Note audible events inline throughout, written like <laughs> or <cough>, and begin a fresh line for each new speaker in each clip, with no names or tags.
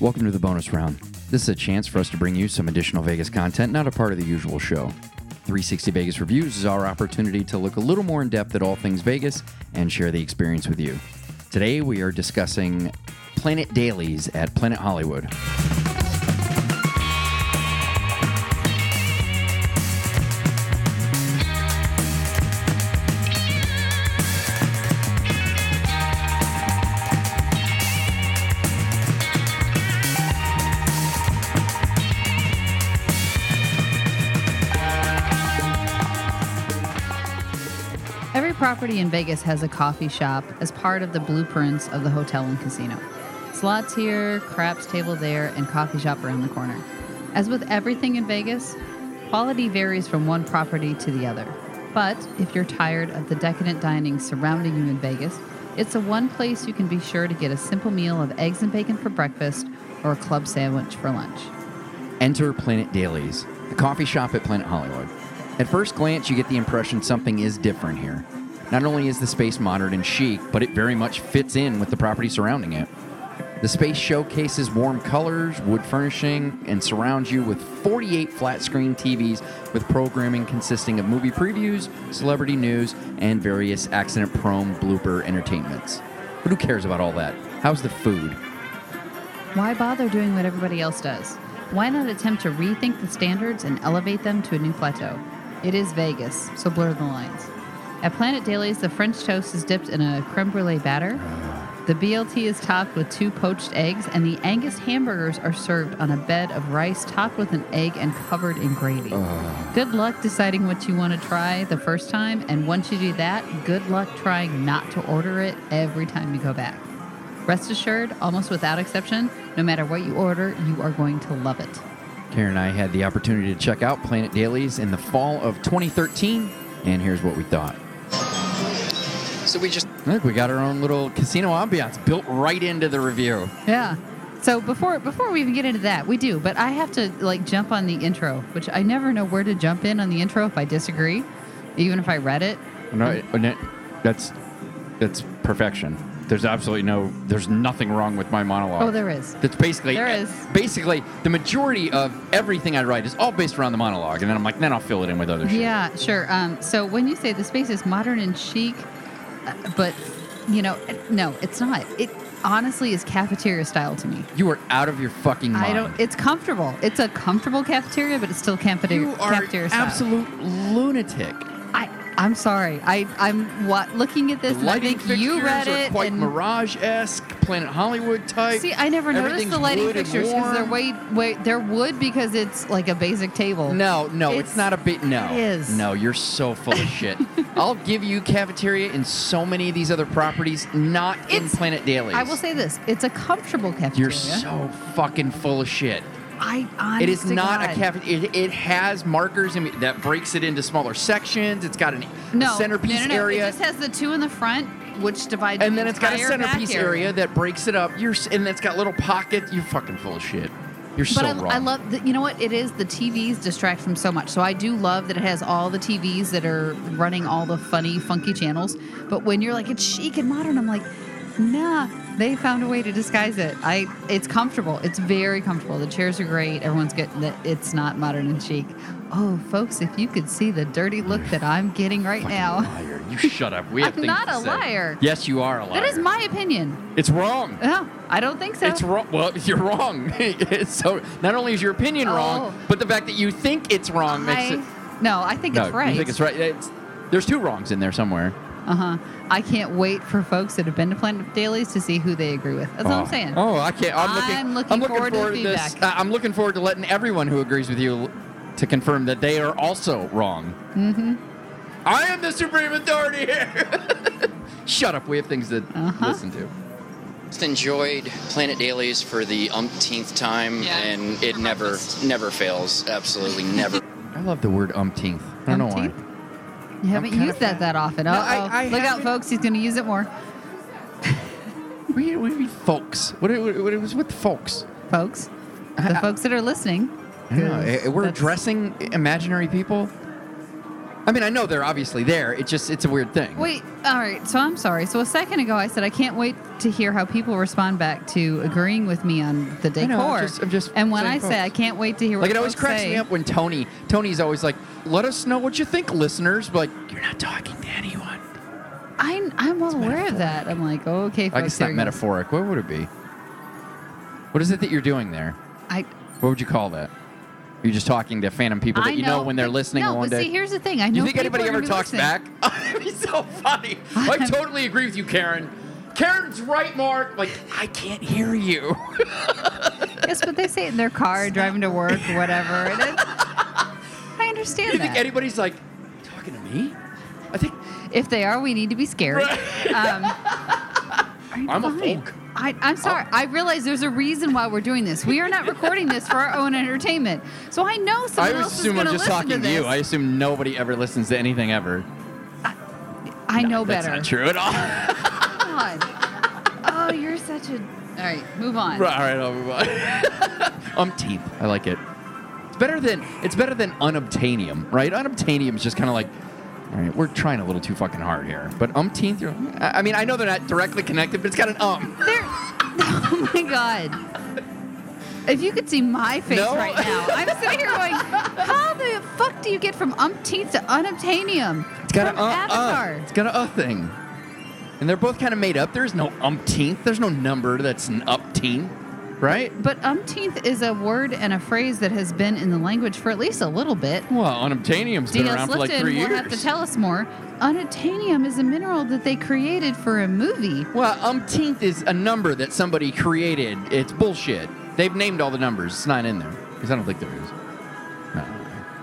Welcome to the bonus round. This is a chance for us to bring you some additional Vegas content, not a part of the usual show. 360 Vegas Reviews is our opportunity to look a little more in depth at all things Vegas and share the experience with you. Today we are discussing Planet Dailies at Planet Hollywood.
Every property in Vegas has a coffee shop as part of the blueprints of the hotel and casino. Slots here, craps table there, and coffee shop around the corner. As with everything in Vegas, quality varies from one property to the other. But if you're tired of the decadent dining surrounding you in Vegas, it's the one place you can be sure to get a simple meal of eggs and bacon for breakfast or a club sandwich for lunch.
Enter Planet Dailies, the coffee shop at Planet Hollywood. At first glance, you get the impression something is different here. Not only is the space modern and chic, but it very much fits in with the property surrounding it. The space showcases warm colors, wood furnishing, and surrounds you with 48 flat screen TVs with programming consisting of movie previews, celebrity news, and various accident prone blooper entertainments. But who cares about all that? How's the food?
Why bother doing what everybody else does? Why not attempt to rethink the standards and elevate them to a new plateau? It is Vegas, so blur the lines. At Planet Dailies, the French toast is dipped in a creme brulee batter. The BLT is topped with two poached eggs, and the Angus hamburgers are served on a bed of rice topped with an egg and covered in gravy. Good luck deciding what you want to try the first time, and once you do that, good luck trying not to order it every time you go back. Rest assured, almost without exception, no matter what you order, you are going to love it.
Karen and I had the opportunity to check out Planet Dailies in the fall of 2013, and here's what we thought.
So we just
Look, we got our own little casino ambiance built right into the review.
Yeah. So before before we even get into that, we do, but I have to like jump on the intro, which I never know where to jump in on the intro if I disagree, even if I read it.
No, it- it- that's that's perfection. There's absolutely no, there's nothing wrong with my monologue.
Oh, there is.
That's basically eh,
There is.
basically the majority of everything I write is all based around the monologue, and then I'm like, then I'll fill it in with other shit.
Yeah, sure. Um, so when you say the space is modern and chic, uh, but you know, no, it's not. It honestly is cafeteria style to me.
You are out of your fucking mind.
I don't. It's comfortable. It's a comfortable cafeteria, but it's still cafeteria.
you are
cafeteria style.
absolute lunatic.
I, I'm sorry. I, I'm what, looking at this, and I
lighting
think you
fixtures
read
are
it.
quite
and
mirage-esque, Planet Hollywood type.
See, I never noticed
Everything's
the lighting
wood and
fixtures because they're
warm.
way, way they're wood because it's like a basic table.
No, no, it's,
It's-
not a bit. No,
it is.
No, you're so full of
<laughs>
shit. I'll give you cafeteria in so many of these other properties, not in
It's-
Planet Dailies.
I will say this: it's a comfortable cafeteria.
you're so fucking full of shit.
I honest
It is
to
not a
God.
cafeteria. It, it has markers in, that breaks it into smaller sections. It's got an, a
No
centerpiece
no, no, no.
area,
It just has the two in the front, which divides.
and
the
then it's got a
entire back
centerpiece area. that breaks it up. You're s- and it's got little pockets. You're fucking full of shit. You're so
But I,
wrong.
I love that. You know what? It is the TVs distract from so much. So I do love that it has all the TVs that are running all the funny, funky channels. But when you're like, it's chic and modern, I'm like, nah. They found a way to disguise it. I. It's comfortable. It's very comfortable. The chairs are great. Everyone's good. that- It's not modern and chic. Oh, folks, if you could see the dirty look that I'm getting right
Fucking
now. <laughs>
liar. You shut up. We have
I'm
things
not
to
a
say.
liar.
Yes, you are a liar.
That is my opinion.
It's wrong.
No, I don't think <laughs> so.
It's wrong. Well, <laughs> you're wrong. so not only is your opinion
Oh.
wrong, but the fact that you think it's wrong makes it.
I- no, I think
no,
it's right.
you think it's right. It's, there's two wrongs in there somewhere.
Uh huh. I can't wait for folks that have been to Planet Dailies to see who they agree with. That's all I'm saying.
Oh, I can't. I'm looking.
I'm looking forward to the
this.
feedback.
I- I'm looking forward to letting everyone who agrees with you l- to confirm that they are also wrong. Mm-hmm. I am the supreme authority here. <laughs> Shut up. We have things to
Uh-huh.
listen to.
just enjoyed Planet Dailies for the umpteenth time,
Yeah,
and it
for
never
breakfast.
never fails. Absolutely never.
I love the word umpteenth. I don't know why.
Umpteenth? You haven't
kinda
used that that often.
No,
Uh-oh.
I- I
Look out,
haven't-
folks. He's going to use it more.
We, we, we folks. What it, what it was with folks.
Folks,
<laughs>
the folks that are listening.
I don't know.
Yes,
Eh, We're
that's-
addressing imaginary people. I mean, I know they're obviously there. It just it's a weird thing.
Wait, all right. So I'm sorry. So a second ago, I said I can't wait to hear how people respond back to agreeing with me on the
I
decor.
know, I'm just- I'm just
and when
saying
I say I
folks.
can't wait to hear,
Like
what
it always
folks
cracks
say,
me up when Tony Tony's always like, "Let us know what you think, listeners." But like, you're not talking to anyone.
I, I'm well aware of that. I'm like, "Oh, okay, folks,
I guess not
here it goes.
metaphoric. What would it be? What is it that you're doing there?
I,
What would you call that? You're just talking to phantom people
I
that you know, when they're listening
No,
one
but
day.
see, here's the thing. I know
you think
people
anybody
are gonna
ever
be
talks
listening.
back? <laughs> It'd be so funny. I totally agree with you, Karen. Karen's right, Mark. Like I can't hear you. <laughs>
yes, but they say it in their car, driving to work, or whatever. And it, I understand
you
that.
think anybody's like talking to me? I think
if they are, we need to be scared.
<laughs>
Um,
I'm a Oh.
fine.
folk.
I, I'm sorry. i realize there's a reason why we're doing this. We are not recording this for our own entertainment. So I know someone
I
else is
assume
going
I'm
to
just
listen to
talking to
this.
you. I assume nobody ever listens to anything ever.
I know
That's
better.
not true at all. <laughs> Right,
God. Oh, you're such a. All right, move on.
all right, I'll move on. <laughs> Umpteenth. I like it. It's better than it's better than unobtainium, right? Unobtainium is just kind of like, all right, we're trying a little too fucking hard here. But umpteenth, you're- I I mean, I know they're not directly connected, but it's got an um.
There. <laughs> Oh my God. If you could see my face
No.
right now, I'm sitting here going, "How the fuck do you get from umpteenth to unobtainium?"
It's got
from
an uh,
Avatar.
Uh, it's got an uh thing. And they're both kind of made up. There's no umpteenth. There's no number that's an upteenth, right?
But umpteenth is a word and a phrase that has been in the language for at least a little bit.
Well, unobtainium's been
D.S.
around for like
Lifton
three
will
years.
have to tell us more. Unobtainium is a mineral that they created for a movie. <laughs>
Well, umpteenth is a number that somebody created. It's bullshit. They've named all the numbers. It's not in there because I don't think there is. No,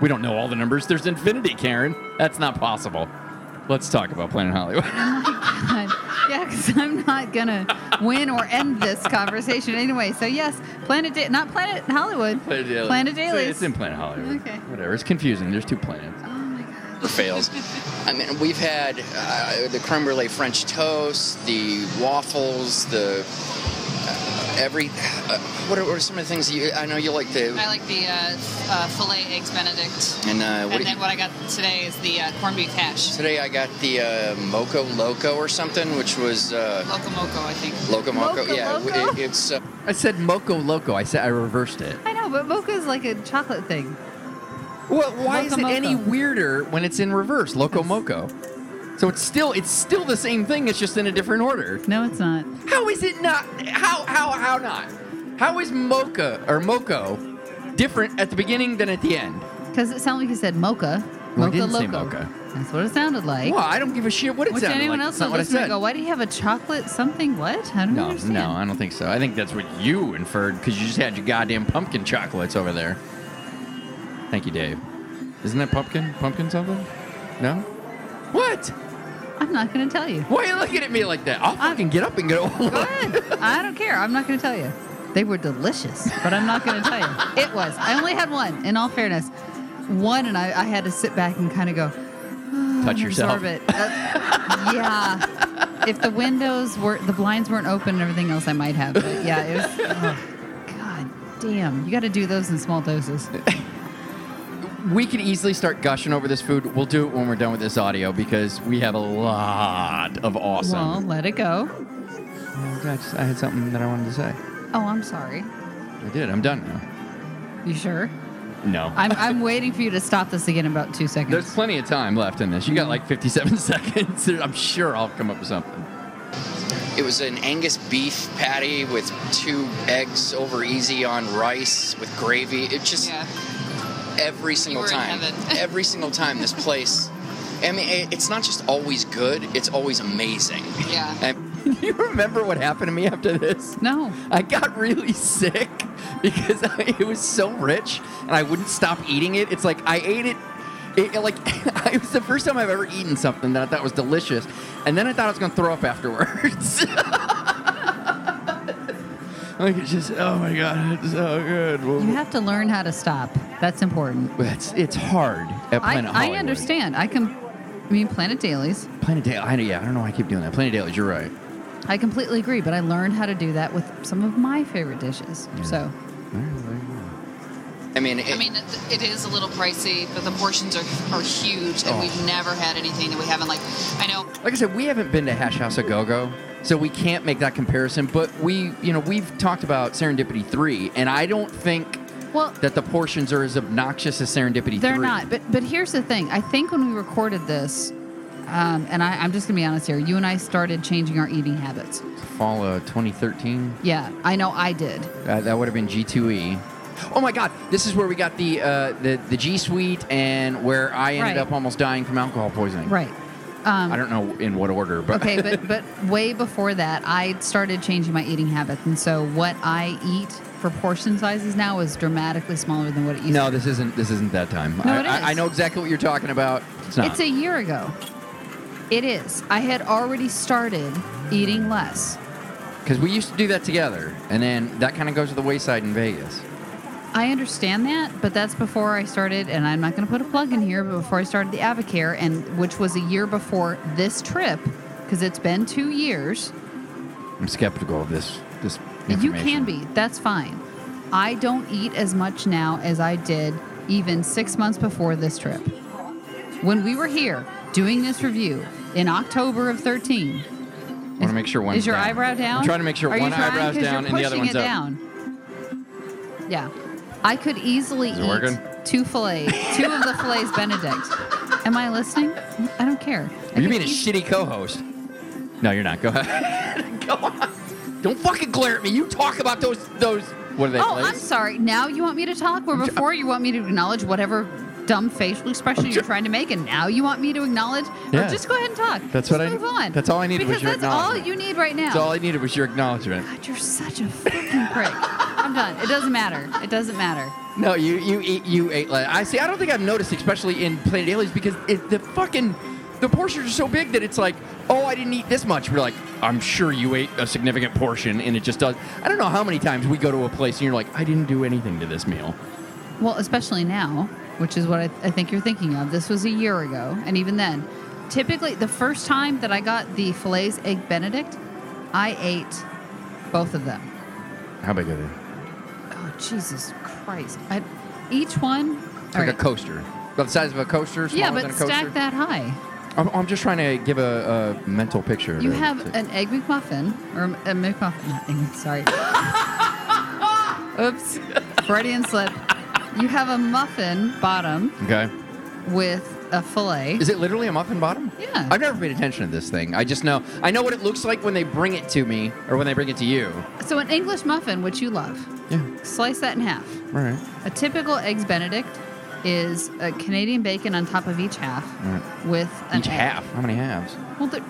we don't know all the numbers. There's infinity, Karen. That's not possible. Let's talk about Planet Hollywood. <laughs>
God. Yeah, because I'm not gonna win or end this conversation anyway. So yes, Planet da- not Planet Hollywood,
Planet Daily.
Planet
It's-
Dailies.
It's in Planet Hollywood.
Okay.
Whatever. It's confusing. There's two planets.
oh my god.
fails. I mean, we've had uh, the creme brulee French toast, the waffles, the uh, every. Uh, what, are, what are some of the things that you? I know you like the.
I like the uh, uh, filet eggs Benedict.
and uh,
and
what do you,
then what I got today is the uh, corned beef hash.
today I got the uh, moco loco or something, which was uh,
Loco moco, I think.
loco moco.
Moco
yeah, w-
Loco?
It, it's uh,
I said moco loco. I said I reversed it.
I know, but mocha is like a chocolate thing.
Well, why is it
Locomoco.
any weirder when it's in reverse? Loco moco. So it's still it's still the same thing. It's just in a different order.
No, it's not.
How is it not? How how how not? How is mocha or moco different at the beginning than at the end?
Because it sounded like you said mocha.
Well, I
Mocha
didn't
loco.
say mocha.
That's what it sounded like.
Well, I don't give a shit what it
Which
sounded
anyone
like.
else
That's not
will
what I
listen and
said.
go, why do you have a chocolate something? What? I don't
no,
understand.
no, I don't think so. I think that's what you inferred because you just had your goddamn pumpkin chocolates over there. Thank you, Dave. Isn't that pumpkin? Pumpkin something? No. What?
I'm not going to tell you.
Why are you looking at me like that? I'll fucking get up and go. <laughs>
Go ahead. I don't care. I'm not going to tell you. They were delicious, but I'm not going to
<laughs>
tell you. It was. I only had one, in all fairness. One, and I, I had to sit back and kind of go,
Touch
and
yourself.
absorb it. That's- yeah. If the windows were, the blinds weren't open and everything else, I might have. But yeah, it was, oh, God damn. You got to do those in small doses.
we could easily start gushing over this food. We'll do it when we're done with this audio because we have a lot of
Well,
awesome.
let it go.
I, just, I had something that I wanted to say.
Oh, I'm sorry.
I did. I'm done now.
You sure?
No.
I'm, I'm waiting for you to stop this again in about two seconds.
There's plenty of time left in this. You got like 57 <laughs> seconds. I'm sure I'll come up with something.
it was an Angus beef patty with two eggs over easy on rice with gravy. It just.
Yeah.
every single
were in
time.
heaven. <laughs>
every single time this place. I mean, it- it's not just always good; it's always amazing.
Yeah.
And
<laughs> you remember what happened to me after this?
no.
I got <laughs> really sick because <laughs> it was so rich and I wouldn't stop eating it. It's like I ate it. It, it, like <laughs> it was the first time I've ever eaten something that I thought was delicious, and then I thought I was gonna throw up afterwards. <laughs> like it's just oh my god, it's so good. Well,
You have to learn how to stop. That's important.
it's it's hard at
I,
Planet
I
Hollywood.
understand. I can, I mean, Planet Dailies.
Planet Daily. I know. Yeah, I don't know why I keep doing that. Planet Dailies. You're right.
I completely agree, but I learned how to do that with some of my favorite dishes. So,
All right, well, there you go.
I mean, it,
I mean, it, it is a little pricey, but the portions are, are huge, and
Oh.
we've never had anything that we haven't like. I know
Like I said, we haven't been to Hash House a Go Go, so we can't make that comparison. But we, you know, we've talked about Serendipity Three, and I don't think
Well,
that the portions are as obnoxious as Serendipity
They're
3.
not. But but here's the thing. I think when we recorded this, um, and I, I'm just gonna be honest here, you and I started changing our eating habits.
Fall of 2013.
Yeah, I know I did.
Uh, that would have been G2E. Oh my God! This is where we got the uh, the the G Suite, and where I ended
Right.
up almost dying from alcohol poisoning.
Right.
I don't know in what order, but
Okay, but but way before that, I started changing my eating habits, and so what I eat for portion sizes now is dramatically smaller than what it used.
<laughs> no,
to
this isn't this isn't that time.
No,
I,
it
I-
is.
I know exactly what you're talking about. It's
be.
not.
It's a year ago. It is. I had already started eating less.
Because we used to do that together, and then that kind of goes to the wayside in Vegas.
I understand that, but that's before I started, and I'm not going to put a plug in here, but before I started the Avocare, and which was a year before this trip, because it's been two years.
I'm skeptical of this. This
You
information.
can be. That's fine. I don't eat as much now as I did even six months before this trip. When we were here doing this review in October of 13,
I want to make sure one
is your eyebrow down?
I'm trying to make sure
Are you
one
trying?
eyebrow's
'Cause you're
down and the other one's
pushing it
up.
down. Yeah, I could easily
Is it
eat
working?
two fillets, two of the fillets Benedict. Am I listening? I don't care. I
You're
could
being
<laughs>
a
eas-
shitty co-host. No, you're not. Go ahead. <laughs> Go on. Don't fucking glare at me. You talk about those those. What are they?
Oh,
plays?
I'm sorry. Now you want me to talk, where before you want me to acknowledge whatever dumb facial expression you're trying to make, and now you want me to acknowledge. or
Yeah.
just go ahead and talk.
That's
Just
what I-
move on.
that's all I needed was
Because
your
that's all
acknowledgement.
you need right now.
That's all I needed was your acknowledgement.
God, you're such a fucking prick. I'm done. It doesn't matter. It doesn't matter.
No, you you eat you ate less. I see. I don't think I've noticed, especially in Planet Aliens, because it, the fucking the portions are so big that it's like, oh, I didn't eat this much. We're like, I'm sure you ate a significant portion, and it just does. I don't know how many times we go to a place and you're like, I didn't do anything to this meal.
Well, especially now, which is what I, I think you're thinking of. This was a year ago, and even then, typically the first time that I got the fillets egg Benedict, I ate both of them.
How big are they?
Oh Jesus Christ! I, each one.
It's
all
like
right.
a coaster, about the size of a coaster, smaller
yeah,
than
but
a coaster.
stack that high.
I'm, I'm just trying to give a, a mental picture.
You
to-
have
to-
an egg McMuffin or a McMuffin. <laughs> Not egg, sorry. Oops, Freudian slip. You have a muffin bottom
okay.
with a fillet.
Is it literally a muffin bottom?
Yeah.
I've never paid attention to this thing. I just know I know what it looks like when they bring it to me or when they bring it to you.
So an English muffin, which you love,
Yeah.
slice that in half.
All right.
A typical eggs Benedict is a Canadian bacon on top of each half
Right.
with an
Each
egg.
half. How many halves?
Well, they're-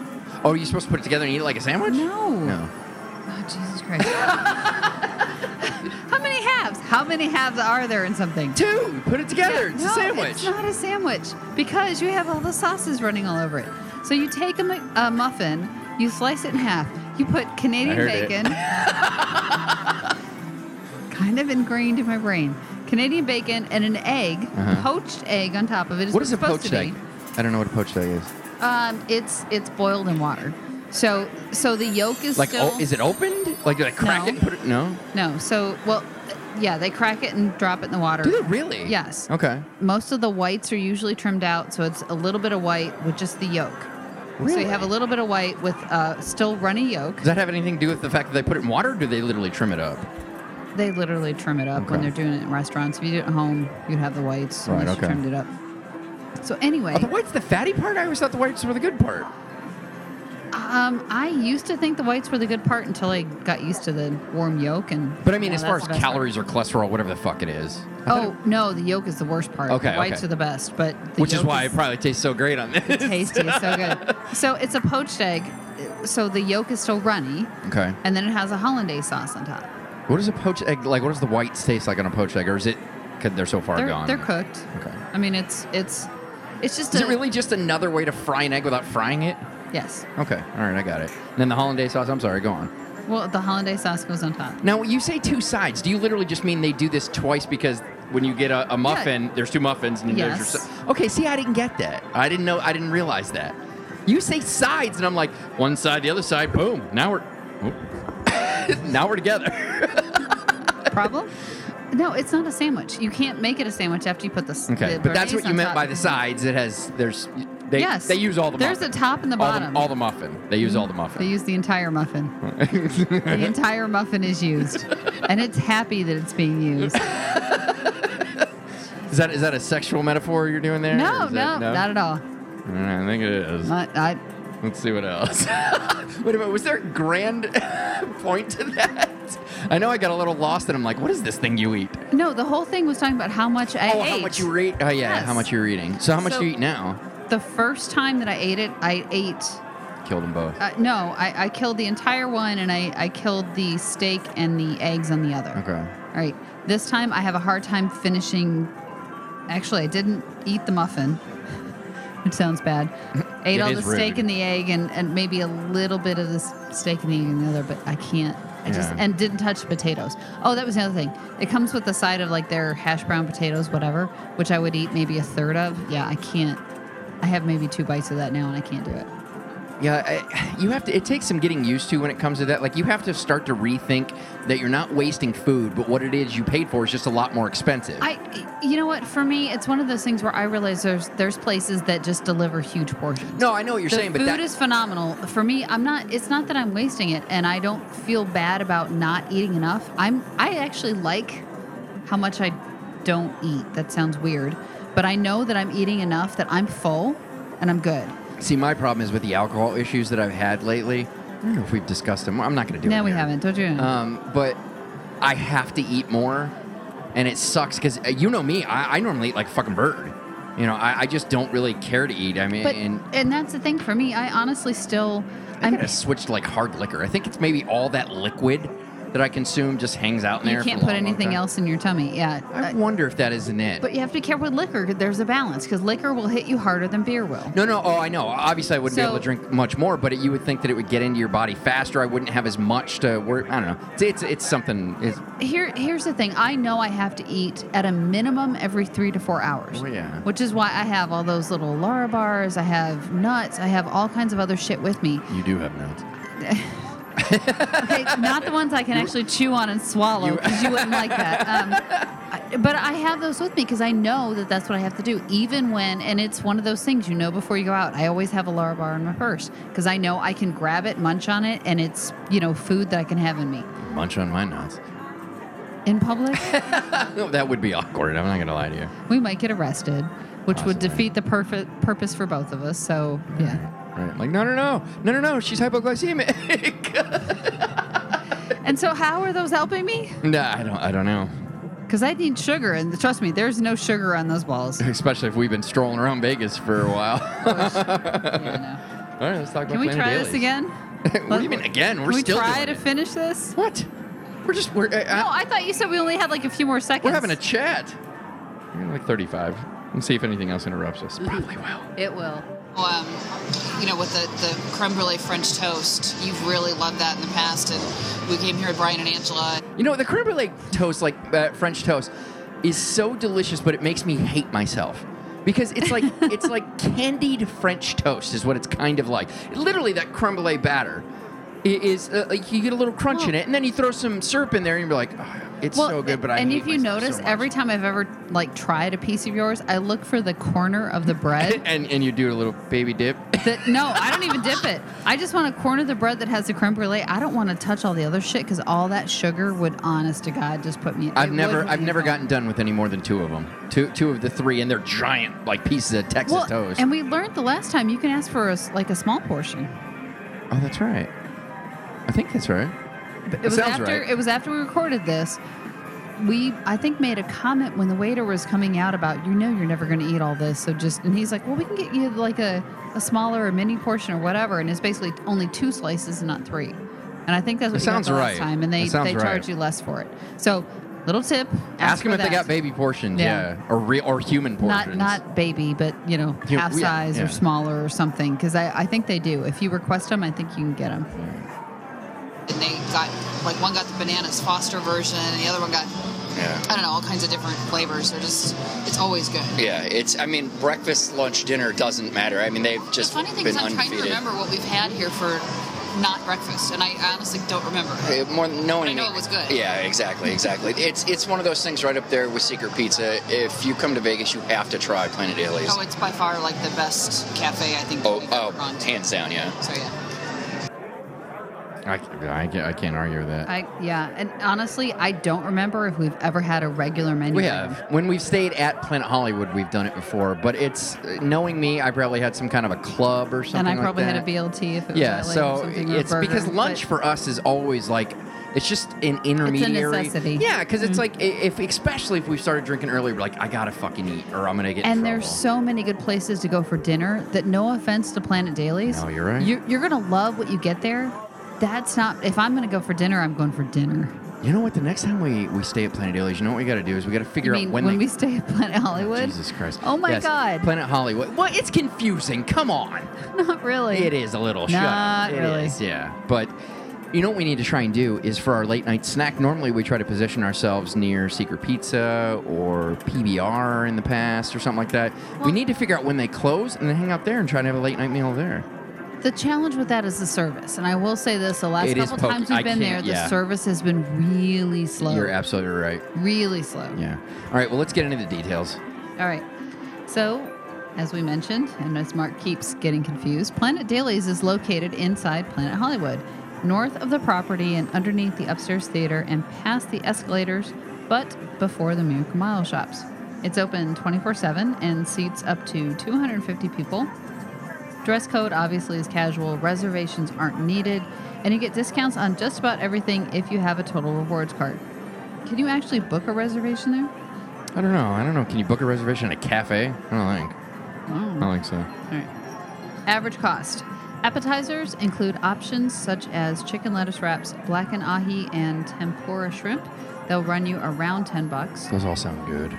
Oh, are you supposed to put it together and eat it like a sandwich?
no.
No.
Oh, Jesus Christ. <laughs> How many halves? How many halves are there in something?
Two. You Put it together. it's
no,
a sandwich.
It's not a sandwich because you have all the sauces running all over it. So you take a, mu- a muffin, you slice it in half, you put
I
Canadian
heard it.
bacon.
<laughs>
kind of ingrained in my brain. Canadian bacon and an egg,
Uh-huh.
poached egg on top of it.
what is a
supposed
poached
to be.
egg? I don't know what a poached egg is.
Um, it's it's boiled in water. So so the yolk is
Like,
still
oh, is it opened? Like, do they crack
No.
it and put it? No.
No. So, well, yeah, they crack it and drop it in the water.
Do they really?
Yes.
Okay.
Most of the whites are usually trimmed out, so it's a little bit of white with just the yolk. So
Really?
you have a little bit of white with uh, still runny yolk.
Does that have anything to do with the fact that they put it in water? or Do they literally trim it up?
They literally trim it up when
Okay.
they're doing it in restaurants. If you do it at home, you'd have the whites
Right,
unless
okay.
you trimmed it up. So anyway,
Are Oh, the whites the fatty part? I always thought the whites were the good part.
um, I used to think the whites were the good part until I got used to the warm yolk and.
But I mean,
yeah,
as far
that's
as
the best part.
calories or cholesterol, whatever the fuck it is. I thought
Oh no, the yolk is the worst part.
Okay,
the whites
okay.
are the best, but
it-
the
which is
yolk
why it probably tastes so great on <laughs> this.
tasty. It's
<laughs>
so good. So it's a poached egg. So the yolk is still runny,
Okay.
and then it has a hollandaise sauce on top.
What does a poached egg like? What does the whites taste like on a poached egg? Or is it? Cause they're so far
They're,
gone.
they're cooked.
Okay.
I mean, it's it's it's just
Is
a
it really just another way to fry an egg without frying it?
yes.
Okay, all right, I got it. And then the hollandaise sauce. I'm sorry, go on.
Well, the hollandaise sauce goes
<laughs>
on top.
Now, when you say two sides, do you literally just mean they do this twice because when you get a, a muffin, there's two muffins and there's your.
Yes.
si- Okay, see, I didn't get that. I didn't know. I didn't realize that. You say sides, and I'm like one side, the other side. oh, <laughs>
<laughs>
Boom. Now we're. oop. now we're together.
Problem? No, it's not a sandwich. You can't make it a sandwich after you put the. s-
Okay,
the
but that's
berries
what you
on
meant
top.
by the sides. It has there's they
yes.
they use all the
There's
muffin.
a top and the
all
bottom. Mm-hmm.
all the muffin. They use all the muffin.
They use the entire
<laughs>
muffin. the entire muffin is used, and it's happy that it's being
<laughs>
used.
is that is that a sexual metaphor you're doing there?
No,
Or
no,
is that,
not at all.
All right, I think it is.
I, I,
Let's see what else. <laughs> Wait a minute, was there a grand <laughs> point to that? I know I got a little lost, and I'm like, what is this thing you eat?
no, the whole thing was talking about how much I
oh,
ate.
how much you eat? Oh yeah,
Yes.
how much you're eating. So how much
So-
you eat now?
the first time that I ate it, I ate.
Killed them both.
Uh, no, I, I killed the entire one, and I, I killed the steak and the eggs on the other.
Okay.
All right. This time I have a hard time finishing. Actually, I didn't eat the muffin. <laughs> It sounds
<laughs>
bad. Ate
It
all the
is rude.
steak and the egg, and, and maybe a little bit of this steak and the egg and the other, but I can't. I just
Yeah.
and didn't touch potatoes. Oh, that was another thing. It comes with the side of like their hash brown potatoes, whatever, which I would eat maybe a third of. Yeah, I can't. I have maybe two bites of that now, and I can't do it.
Yeah, I, you have to. It takes some getting used to when it comes to that. Like you have to start to rethink that you're not wasting food, but what it is you paid for is just a lot more expensive.
I, you know what? For me, it's one of those things where I realize there's there's places that just deliver huge portions.
no, I know what you're
the
saying, but
food
that,
is phenomenal. For me, I'm not. It's not that I'm wasting it, and I don't feel bad about not eating enough. I'm. I actually like how much I don't eat. That sounds weird, but I know that I'm eating enough that I'm full and I'm good.
see, my problem is with the alcohol issues that I've had lately. I don't know if we've discussed them. I'm not going to do it.
No, we
here.
haven't. Don't you? know?
Um, but I have to eat more, and it sucks because you know me. I, I normally eat like a fucking bird. You know, I, I just don't really care to eat. I mean,
but
and
and, that's the thing for me. I honestly still.
I
I'm.
gotta switch to like hard liquor. I think it's maybe all that liquid that I consume just hangs out in there.
You
for
can't
a
put
long, long
anything
time.
else in your tummy. Yeah.
I
Uh,
wonder if that isn't it.
But you have to be careful with liquor. 'cause There's a balance because liquor will hit you harder than beer will.
no, no. Oh, I know. Obviously, I wouldn't be able
So-
to drink much more, but it, you would think that it would get into your body faster. I wouldn't have as much to work. I don't know. It's it's, it's something. It's,
Here, here's the thing. I know I have to eat at a minimum every three to four hours.
Well, Oh, yeah.
Which is why I have all those little Lara bars. I have nuts. I have all kinds of other shit with me.
you do have nuts.
Okay,
<laughs>
not the ones I can actually chew on and swallow
You-
because you, wouldn't like
<laughs>
that. Um, I- but I have those with me because I know that that's what I have to do. Even when, and it's one of those things you know before you go out. I always have a Lara bar in my purse because I know I can grab it, munch on it, and it's you know food that I can have in me
Munch on my nuts.
in public.
No, that would be awkward. I'm not gonna lie to you.
we might get arrested, which would
Possibly.
defeat the perfect purpose for both of us. So yeah.
Right. Like, no, no, no. No, no, no. She's hypoglycemic. <laughs>
And so how are those helping me?
nah, I don't, I don't know.
Because I need sugar, and trust me, there's no sugar on those
<laughs>
balls.
Especially if we've been strolling around Vegas for a while. <laughs> All
Yeah, I know.
right, let's talk
Can
about
we
Planet
try
Dailies.
this again?
what do you mean again? We're
Can we
still
try
doing
to
it.
finish this?
What? We're just, we're, uh,
No, I thought you said we only had like a few more seconds.
we're having a chat. We're like 35. Let's see if anything else interrupts us. Probably will.
It will.
um, you know, with the, the creme brulee French toast. You've really loved that in the past, and we came here with Brian and Angela.
You know, the creme brulee toast, like uh, French toast, is so delicious, but it makes me hate myself because it's
<laughs>
like it's like candied French toast is what it's kind of like. Literally, that creme brulee batter i- is uh, like you get a little crunch in
Well-
it, and then you throw some syrup in there, and you're like, "Ah, it's so good, but I
and
hate
if you
myself so
notice,
much."
every time I've ever like tried a piece of yours, I look for the corner of the bread.
<laughs> and and you do a little baby dip. <laughs>
that no, I don't even dip it. I just want a corner of the bread that has the creme brulee. I don't want to touch all the other shit because all that sugar would, honest to God, just put me. it
I've
would
never
put
I've
me
never
off.
gotten done with any more than two of them. Two two of the three, and they're giant like pieces of Texas
well,
toast.
and we learned the last time you can ask for a s like a small portion.
oh, that's right. I think that's right.
It was
sounds
after
right.
it was after we recorded this. We I think made a comment when the waiter was coming out about you know you're never going to eat all this so just and he's like well we can get you like a, a smaller or mini portion or whatever and it's basically only two slices and not three and I think that's what
That
you got
sounds
the
right.
last time and they
That sounds
they charge
right.
you less for it so little tip
Ask them
for
if they
that.
got baby portions, yeah,
Yeah.
or real or human
not
portions.
not baby but you know
Yeah,
half
we- yeah,
size
yeah.
or smaller or something because I I think they do if you request them I think you can get them
and they got like one got the bananas foster version and the other one got
Yeah.
i don't know all kinds of different flavors they're just it's always good
Yeah, it's. I mean, breakfast, lunch, dinner doesn't matter. I mean, they've
the
just
funny thing is
been
i'm trying to
undefeated.
remember what we've had here for not breakfast, and I honestly don't remember.
Uh, More than knowing,
I know it was good.
Yeah, exactly, exactly. It's it's one of those things right up there with Secret Pizza. If you come to Vegas, you have to try Planet Alias.
Oh, it's by far like the best cafe I think that
oh,
we've
oh,
ever gone to.
hands down, yeah.
So yeah,
I, I, can't, I can't argue with that.
I yeah, and honestly, I don't remember if we've ever had a regular menu.
we
item.
have. When we've stayed at Planet Hollywood, we've done it before. But it's knowing me, I probably had some kind of a club or something.
and I
like
probably
that.
had a BLT if it was
Yeah,
LA or
so
something, or a
it's
burger,
because lunch
but-
for us is always like it's just an intermediary.
necessity. Mm-hmm.
Yeah, because it's like i- if especially if we started drinking early, we're like I gotta fucking eat or I'm gonna get. in
and
trouble.
there's so many good places to go for dinner that no offense to Planet Dailies.
No, you're right.
You're, you're gonna love what you get there. That's not if I'm gonna go for dinner, I'm going for dinner.
You know what? The next time we we stay at Planet Aliens, you know what we gotta do is we gotta
I
figure
mean,
out
when,
when, they. Oh,
we stay at Planet Hollywood,
Jesus Christ!
Oh my
Yes,
God.
Planet Hollywood. Well, it's confusing. Come on.
<laughs> not really.
It is a little. shut
Not
up. It
really.
is, yeah, but you know what we need to try and do is for our late night snack. Normally we try to position ourselves near Secret Pizza or PBR in the past or something like that. we
Well-
need to figure out when they close and then hang out there and try to have a late night meal there.
The challenge with that is the service, and I will say this: the last
It is
couple
poke-
times
I
we've been there,
can't-
the
yeah.
service has been really slow,
You're absolutely right.
really slow.
Yeah. All right. Well, let's get into the details.
All right. So, as we mentioned, and as Mark keeps getting confused, Planet Dailies is located inside Planet Hollywood, north of the property and underneath the upstairs theater and past the escalators, but before the Miracle Mile shops. It's open 24 7 and seats up to 250 people. Dress code obviously is casual, reservations aren't needed, and you get discounts on just about everything if you have a Total Rewards card. Can you actually book a reservation there?
I don't know. I don't know. Can you book a reservation at a cafe? I don't think.
I don't
I
know.
don't think so.
All right. Average cost. Appetizers include options such as chicken lettuce wraps, blackened ahi, and tempura shrimp. They'll run you around 10 bucks.
Those all sound good.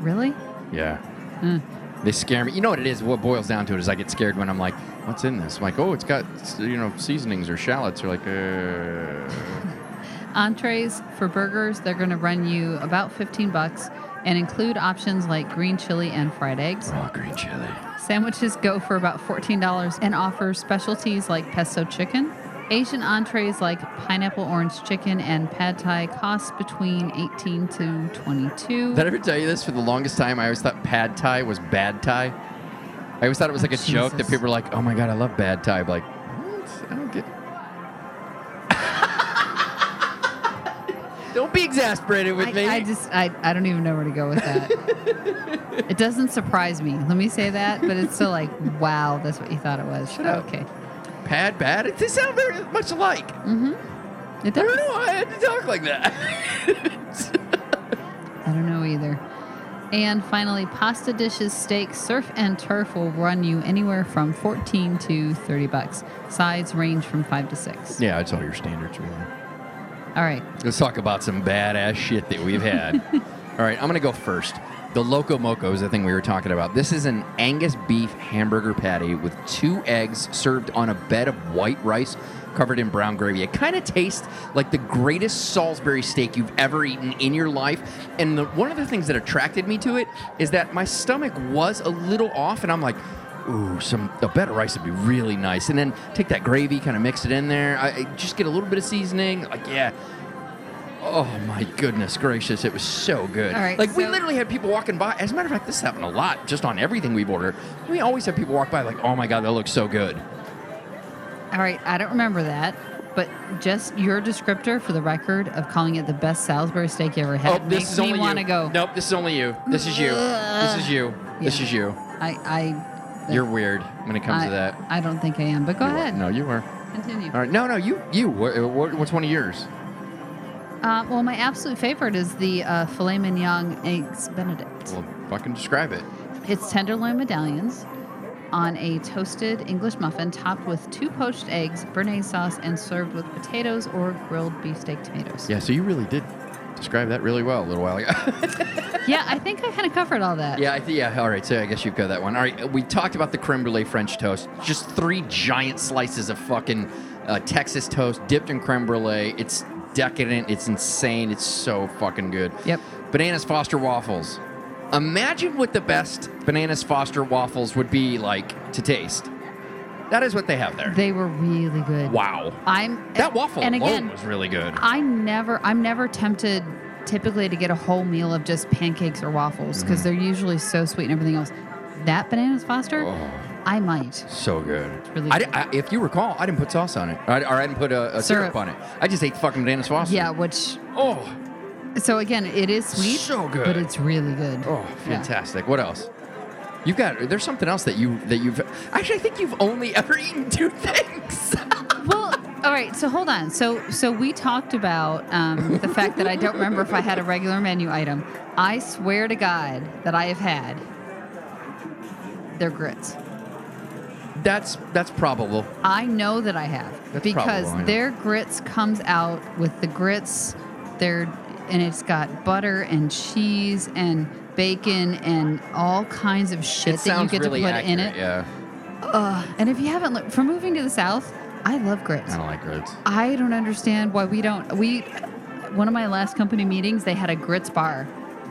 Really?
Yeah. Hmm. They scare me. You know what it is? What boils down to it is I get scared when I'm like, what's in this? I'm like, oh, it's got, you know, seasonings or shallots. You're like, uh.
Entrees for burgers, they're going to run you about 15 bucks and include options like green chili and fried eggs.
Oh, green chili.
Sandwiches go for about $14 and offer specialties like pesto chicken. Asian entrees like pineapple orange chicken and pad thai cost between 18 to 22.
Did I ever tell you this? For the longest time, I always thought pad thai was bad thai. I always thought it was like a joke that
Jesus.
people were like, oh my God, I love bad thai. I'm like, what? I don't get. don't be exasperated with
I,
me.
I just I, I don't even know where to go with
<laughs>
that. it doesn't surprise me. Let me say that, but it's still like, wow, that's what you thought it was.
Shut up.
okay.
Pad, bad. It- They sound very much alike.
It
I
does
don't know why I had to talk like that. <laughs>
I don't know either. And finally, pasta dishes, steak, surf and turf will run you anywhere from 14 to 30 bucks. Sides range from 5 to 6.
Yeah, it's all your standards, really.
All right.
Let's talk about some badass shit that we've had. all right, I'm going to go first. The Loco Moco is the thing we were talking about. This is an Angus beef hamburger patty with two eggs served on a bed of white rice covered in brown gravy. It kind of tastes like the greatest Salisbury steak you've ever eaten in your life. And the, one of the things that attracted me to it is that my stomach was a little off, and I'm like, ooh, some a bed of rice would be really nice. And then take that gravy, kind of mix it in there. I, I just get a little bit of seasoning. Like, yeah. Oh my goodness gracious, it was so good.
All right,
like we
so-
literally had people walking by. As a matter of fact, this happened a lot just on everything we've ordered. We always have people walk by like, oh my god, that looks so good.
All right. I don't remember that. But just your descriptor for the record of calling it the best Salisbury steak you ever had
oh,
makes
this is
me
only
want to
you.
go.
Nope, this is only you. This is you. This is you. This
Yeah.
is you.
I, I
You're weird when it comes
I,
to that.
I don't think I am, but go
You are-
ahead.
No, you were.
Continue.
All right. No, no, you. You. What, what, what's one of yours?
Uh, well, my absolute favorite is the uh, filet mignon eggs Benedict.
Well, fucking describe it.
It's tenderloin medallions on a toasted English muffin topped with two poached eggs, béarnaise sauce, and served with potatoes or grilled beefsteak tomatoes.
Yeah, so you really did describe that really well a little while ago. <laughs>
Yeah, I think I kind of covered all that.
yeah, I th- yeah. All right, so I guess you've got that one. All right, we talked about the creme brulee French toast. Just three giant slices of fucking uh, Texas toast dipped in creme brulee. It's decadent. It's insane. It's so fucking good.
Yep.
Bananas Foster waffles. Imagine what the best bananas Foster waffles would be like to taste. That is what they have there.
They were really good.
wow.
I'm
That waffle
and
alone
again,
was really good.
I never, I'm never tempted typically to get a whole meal of just pancakes or waffles
Mm-hmm.
because they're usually so sweet and everything else. That bananas Foster,
Oh,
I might.
so good.
really
I
good.
di- I- if you recall, I didn't put sauce on it. I, or I didn't put a, a syrup.
Syrup.
on it. I just ate fucking banana sausage.
Yeah, which
Oh,
so again, it is sweet,
So good.
but it's really good.
oh,
Yeah.
fantastic. What else? You've got. There's something else that you that you've. Actually, I think you've only <laughs> ever eaten two things. <laughs>
Well, all right. So hold on. So so we talked about
<laughs>
um, the fact that I don't remember if I had a regular menu item. I swear to God that I have had their grits.
that's that's probable.
I know that I have
That's
because
probable, I know.
their grits comes out with the grits. Their and it's got butter and cheese and bacon and all kinds of shit
it
that you
sounds
get
really
to put
accurate.
in it.
Yeah.
Ugh. And if you haven't, looked for moving to the south, I love grits.
I don't like grits.
I don't understand why we don't. We, one of my last company meetings, they had a grits bar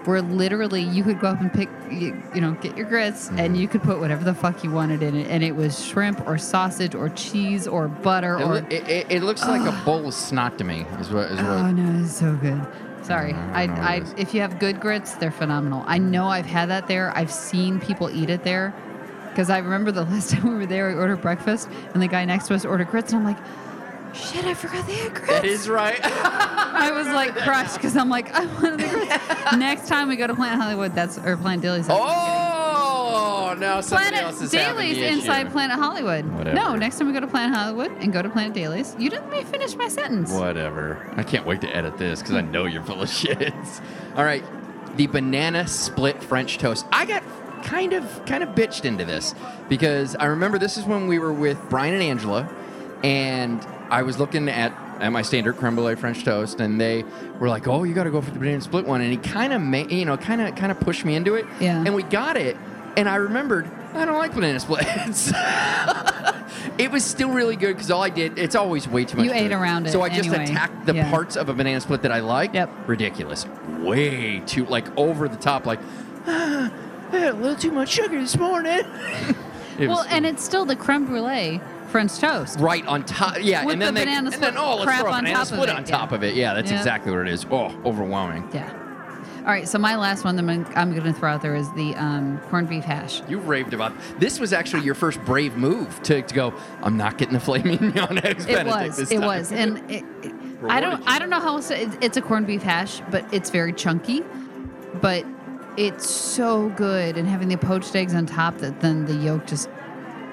where literally you could go up and pick, you, you know, get your grits
Mm-hmm.
and you could put whatever the fuck you wanted in it. And it was shrimp or sausage or cheese or butter
It,
or.
loo- it, it, it looks like a bowl of snot to me. Is what is what.
oh, no, it's so good. Sorry.
Mm,
I,
I don't know what
I,
it is.
if you have good grits, they're phenomenal. I know I've had that there. I've seen people eat it there because I remember the <laughs> last time we were there, we ordered breakfast and the guy next to us ordered grits. And I'm like, shit, I forgot they had grits.
that is
<laughs>
right.
I
<laughs>
was like crushed because I'm like, I wanted the grits. Next time we go to Plant Hollywood, that's or Plant Dailies.
oh, now somebody
Planet
else is having
Dailies
the issue.
inside Planet Hollywood. No,
Whatever.
next time we go to Planet Hollywood and go to Planet Dailies. You didn't let me finish my sentence.
Whatever. I can't wait to edit this because I know you're full of <laughs> shit. All right, the banana split French toast. I got kind of kind of bitched into this because I remember this is when we were with Brian and Angela, and I was looking at at my standard creme brulee French toast, and they were like, "Oh, you got to go for the banana split one," and he kind of made you know kind of kind of pushed me into it.
Yeah.
And we got it, and I remembered I don't like banana splits. <laughs> It was still really good because all I did, it's always way too much.
You ate
food.
around it
So I just
anyway.
attacked the
Yeah.
parts of a banana split that I liked.
Yep.
Ridiculous. Way too, like over the top, like, <sighs> ah, I had a little too much sugar this morning. <laughs> It
Well,
was
and it's still the creme brulee French toast.
right on top. Yeah.
with
And then
the
they,
banana
and then,
split
oh, let's
crap
throw a
on
banana
top of
split
it,
on
yeah.
top of it. Yeah, that's
Yeah.
exactly what it is. Oh, overwhelming.
Yeah. All right. So my last one that I'm, I'm going to throw out there is the um, corned beef hash.
You raved about this. Was actually your first brave move to, to go. I'm not getting the filet <laughs> mignon eggs
It
Benedict
was.
this
It
time."
was, and it, it- I don't.
Rewarded you.
I don't know how else. to- It, it's a corned beef hash, but it's very chunky. But it's so good, and having the poached eggs on top, that then the yolk just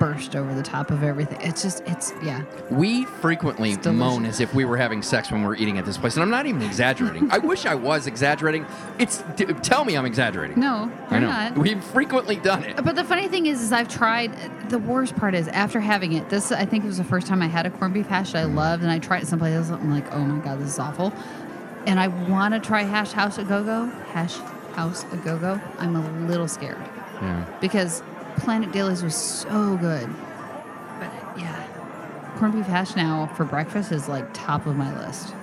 burst over the top of everything. It's just. It's yeah.
We frequently
It's delicious.
moan as if we were having sex when we we're eating at this place, and I'm not even exaggerating. I wish I was exaggerating. It's d- tell me I'm exaggerating.
No,
I
you're
know.
not.
We've frequently done it.
But the funny thing is, is I've tried. The worst part is after having it. This I think it was the first time I had a corned beef hash that I loved, and I tried it someplace else. I'm like, oh my god, this is awful. And I want to try hash house a go go. Hash house a go go. I'm a little scared
Yeah.
because Planet Dailies was so good. But yeah, corned beef hash now for breakfast is like top of my list.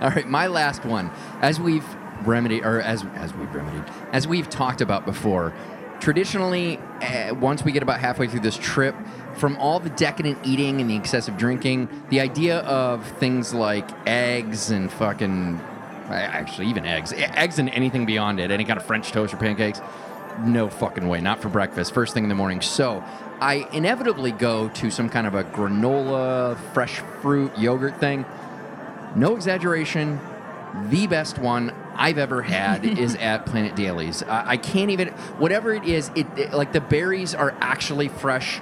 All right, my last one. As we've remedied, or as as we've remedied, as we've talked about before, traditionally, uh, once we get about halfway through this trip, from all the decadent eating and the excessive drinking, the idea of things like eggs and fucking, I- actually, even eggs, e- eggs and anything beyond it, any kind of French toast or pancakes, no fucking way, not for breakfast, first thing in the morning. So I inevitably go to some kind of a granola, fresh fruit, yogurt thing. No exaggeration, the best one I've ever had
<laughs>
is at Planet Dailies. I, I can't even, whatever it is, it, it- like the berries are actually fresh,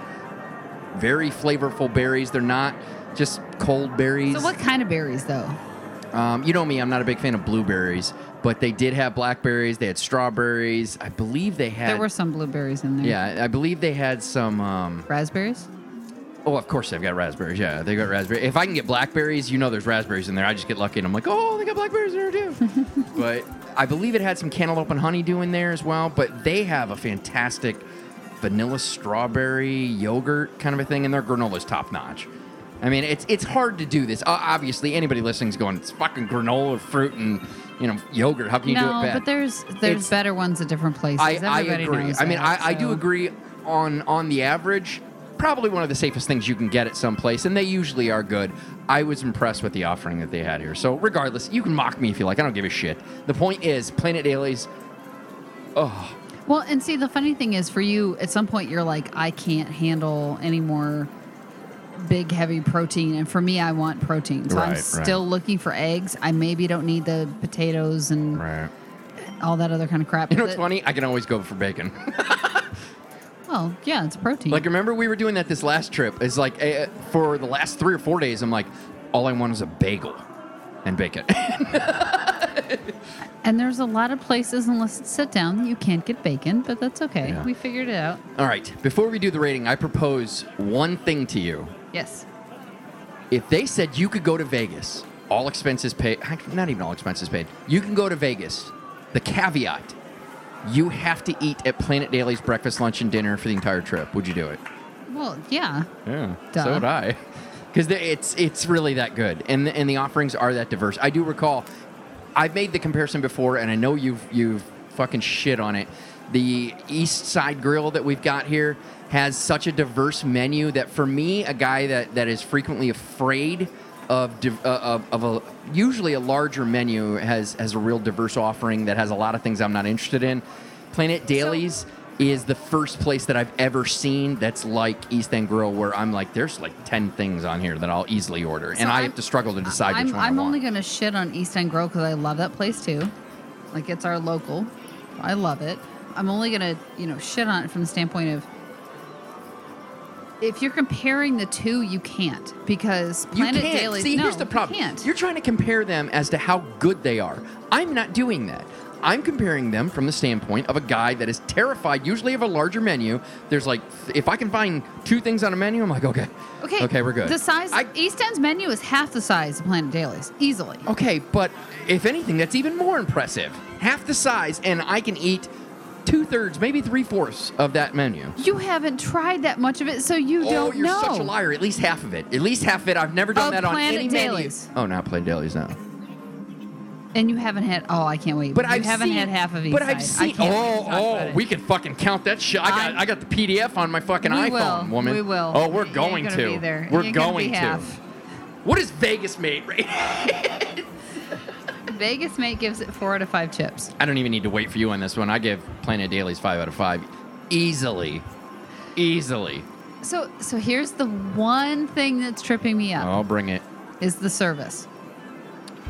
very flavorful berries. They're not just cold berries.
So what kind of berries though?
Um, you know me, I'm not a big fan of blueberries, but they did have blackberries. They had strawberries. I believe they had.
There were some blueberries in there.
yeah, I believe they had some. Um,
Raspberries?
Oh, of course they've got raspberries. Yeah, they got raspberry. If I can get blackberries, you know there's raspberries in there. I just get lucky and I'm like, oh, they got blackberries in there
<laughs>
too. but I believe it had some cantaloupe and honeydew in there as well. But they have a fantastic vanilla strawberry yogurt kind of a thing, and their granola's top notch. I mean, it's it's hard to do this. O- Obviously, anybody listening's going, it's fucking granola, fruit, and you know yogurt. How can you do it
No,
bad?
but there's there's
It's-
better ones at different places.
I, I
Everybody
agree.
knows
I mean,
that,
I, I do
so-
agree on on the average. probably one of the safest things you can get at some place, and they usually are good. I was impressed with the offering that they had here. So, regardless, you can mock me if you like. I don't give a shit. The point is, Planet Dailies. Oh,
Well, and see, the funny thing is, for you, at some point, you're like, I can't handle any more big, heavy protein. And for me, I want protein. So I'm
Right, right.
still looking for eggs. I maybe don't need the potatoes and
right.
all that other kind of crap.
You know
But
what's
the-
funny? I can always go for bacon. <laughs>
Well, yeah, it's protein.
Like, remember we were doing that this last trip? It's like eh, for the last three or four days, I'm like, all I want is a bagel and bacon. <laughs>
and there's a lot of places, unless it's sit down, you can't get bacon, but that's okay.
Yeah.
We figured it out.
all right, before we do the rating, I propose one thing to you.
Yes.
If they said you could go to Vegas, all expenses paid, heck, not even all expenses paid, you can go to Vegas, the caveat, you have to eat at Planet Daily's breakfast, lunch, and dinner for the entire trip. Would you do it?
Well, yeah.
Yeah.
Duh.
So would I. Because it's it's really that good, and the, and the offerings are that diverse. I do recall, I've made the comparison before, and I know you've you've fucking shit on it. The East Side Grill that we've got here has such a diverse menu that for me, a guy that, that is frequently afraid of div- uh, of, of a usually a larger menu has has a real diverse offering that has a lot of things I'm not interested in. Planet Dailies is the first place that I've ever seen that's like East End Grill, where I'm like, there's like ten things on here that I'll easily order,
So
and I
I'm-
have to struggle to decide
I'm,
which one
I'm
I want.
only going to shit on East End Grill because I love that place too. Like it's our local. I love it. I'm only going to, you know, shit on it from the standpoint of if you're comparing the two, you can't because
you
Planet
can't
Daily.
see.
no,
here's the problem:
You can't.
you're trying to compare them as to how good they are. I'm not doing that. I'm comparing them from the standpoint of a guy that is terrified, usually of a larger menu. There's like, if I can find two things on a menu, I'm like, okay,
okay.
okay, we're good.
The size
I-
East End's menu is half the size of Planet Daily's easily.
Okay, but if anything, that's even more impressive. Half the size, and I can eat two thirds, maybe three fourths of that menu.
You haven't tried that much of it, so you
oh,
don't
you're
know.
such a liar. At least half of it. At least half of it. I've never done
Of
that on
Planet
any
Dailies.
menu. Oh, not Planet Dailies now.
And you haven't had. Oh, I can't wait.
But
you
I've
haven't
seen,
had half of East
But I've
Side. I
seen.
can't wait to
oh,
talk about
oh,
it.
we can fucking count that shit. I got,
I'm-
I got the PDF on my fucking
We
iPhone.
will.
Woman.
We will.
Oh, we're
You ain't
going
gonna
to.
be there. You
We're
ain't gonna be
going to.
half.
What is Vegas made? Right?
Vegas Mate gives it four out of five chips.
I don't even need to wait for you on this one. I give Planet Dailies five out of five, easily, easily.
So, so here's the one thing that's tripping me up
I'll bring it.
is the service.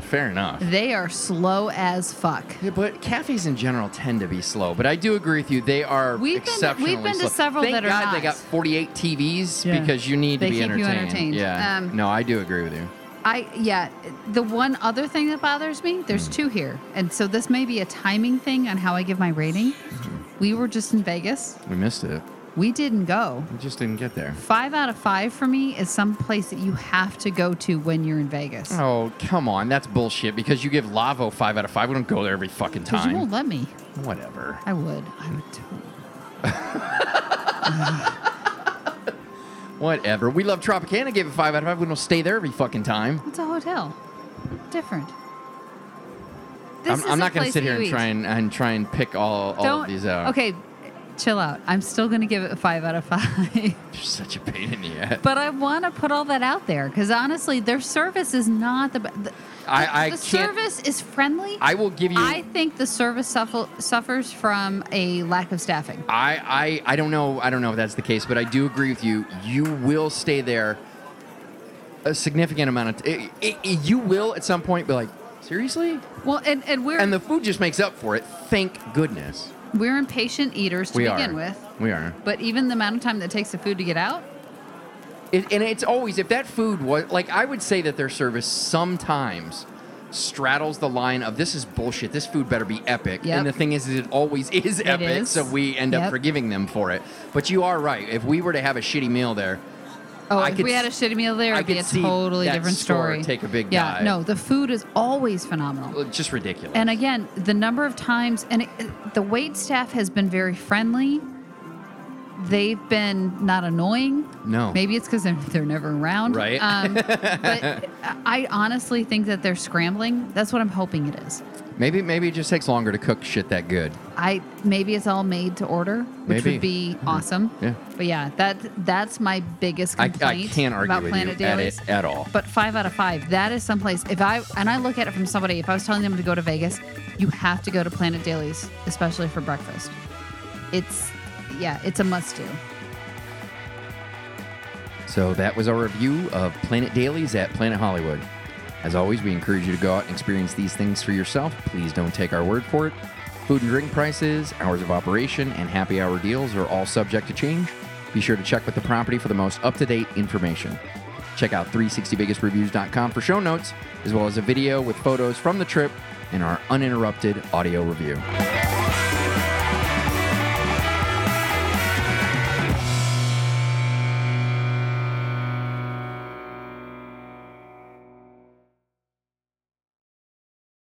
Fair enough.
They are slow as fuck.
Yeah, but cafes in general tend to be slow. But I do agree with you; they are
We've been to-
exceptionally
we've been to
slow.
several
Thank
that are
God they
not.
got 48 TVs
Yeah.
because you need
They
to be
keep you
entertained.
entertained.
Yeah.
Um,
no, I do agree with you.
I yeah. The one other thing that bothers me, there's
Hmm.
two here, and so this may be a timing thing on how I give my rating.
Mm-hmm.
We were just in Vegas.
We missed it.
We didn't go.
We just didn't get there.
Five out of five for me is some place that you have to go to when you're in Vegas.
Oh come on, that's bullshit. Because you give Lavo five out of five, we don't go there every fucking
'Cause you won't
time.
let me.
Whatever.
I would. I would totally.
Whatever. We love Tropicana. Gave it five out of five. We don't stay there every fucking time.
It's a hotel. Different.
I'm, I'm
is
not
a
gonna
place
sit
that
here
you
and
eat.
try and, and try and pick all, all
Don't,
of these out.
Okay, chill out. I'm still going to give it a five out of five. <laughs>
You're such a pain in the ass.
but I want to put all that out there because honestly, their service is not the best. The,
I- I
the
can't-
service is friendly.
I will give you.
I think the service suffer, suffers from a lack of staffing.
I, I I don't know I don't know if that's the case, but I do agree with you. You will stay there a significant amount of t- i i You will at some point be like, seriously,
Well, and, and we're
and the food just makes up for it. Thank goodness.
we're impatient eaters to
we
begin
are.
with.
We are.
But even the amount of time that it takes the food to get out,
It, and it's always if that food was like I would say that their service sometimes straddles the line of this is bullshit. This food better be epic.
Yep.
And the thing is, is it always <laughs> is epic.
is.
So we end
Yep.
up forgiving them for it. But you are right. If we were to have a shitty meal there,
Oh,
I
if
could
we had a
s-
shitty meal there,
I
it'd be a
could see
totally
that
different
score
story.
take a big
yeah,
dive.
no, the food is always phenomenal.
just ridiculous.
And again, the number of times and it, the wait staff has been very friendly. They've been not annoying.
No.
Maybe it's because they're, they're never around.
Right. <laughs>
Um, but I honestly think that they're scrambling. That's what I'm hoping it is.
Maybe maybe it just takes longer to cook shit that good.
I maybe it's all made to order, which
Maybe. Mm-hmm.
would be awesome.
Yeah.
But yeah, that that's my biggest
I,
complaint
I can't argue
about
with
Planet
you at
Dailies.
it at all.
But five out of five, that is someplace. If I and I look at it from somebody, if I was telling them to go to Vegas, you have to go to Planet Dailies, especially for breakfast. It's yeah, it's a must do.
So that was our review of Planet Dailies at Planet Hollywood. As always, we encourage you to go out and experience these things for yourself. Please don't take our word for it. Food and drink prices, hours of operation, and happy hour deals are all subject to change. Be sure to check with the property for the most up to date information. Check out 360biggest.reviews.com for show notes, as well as a video with photos from the trip and our uninterrupted audio review.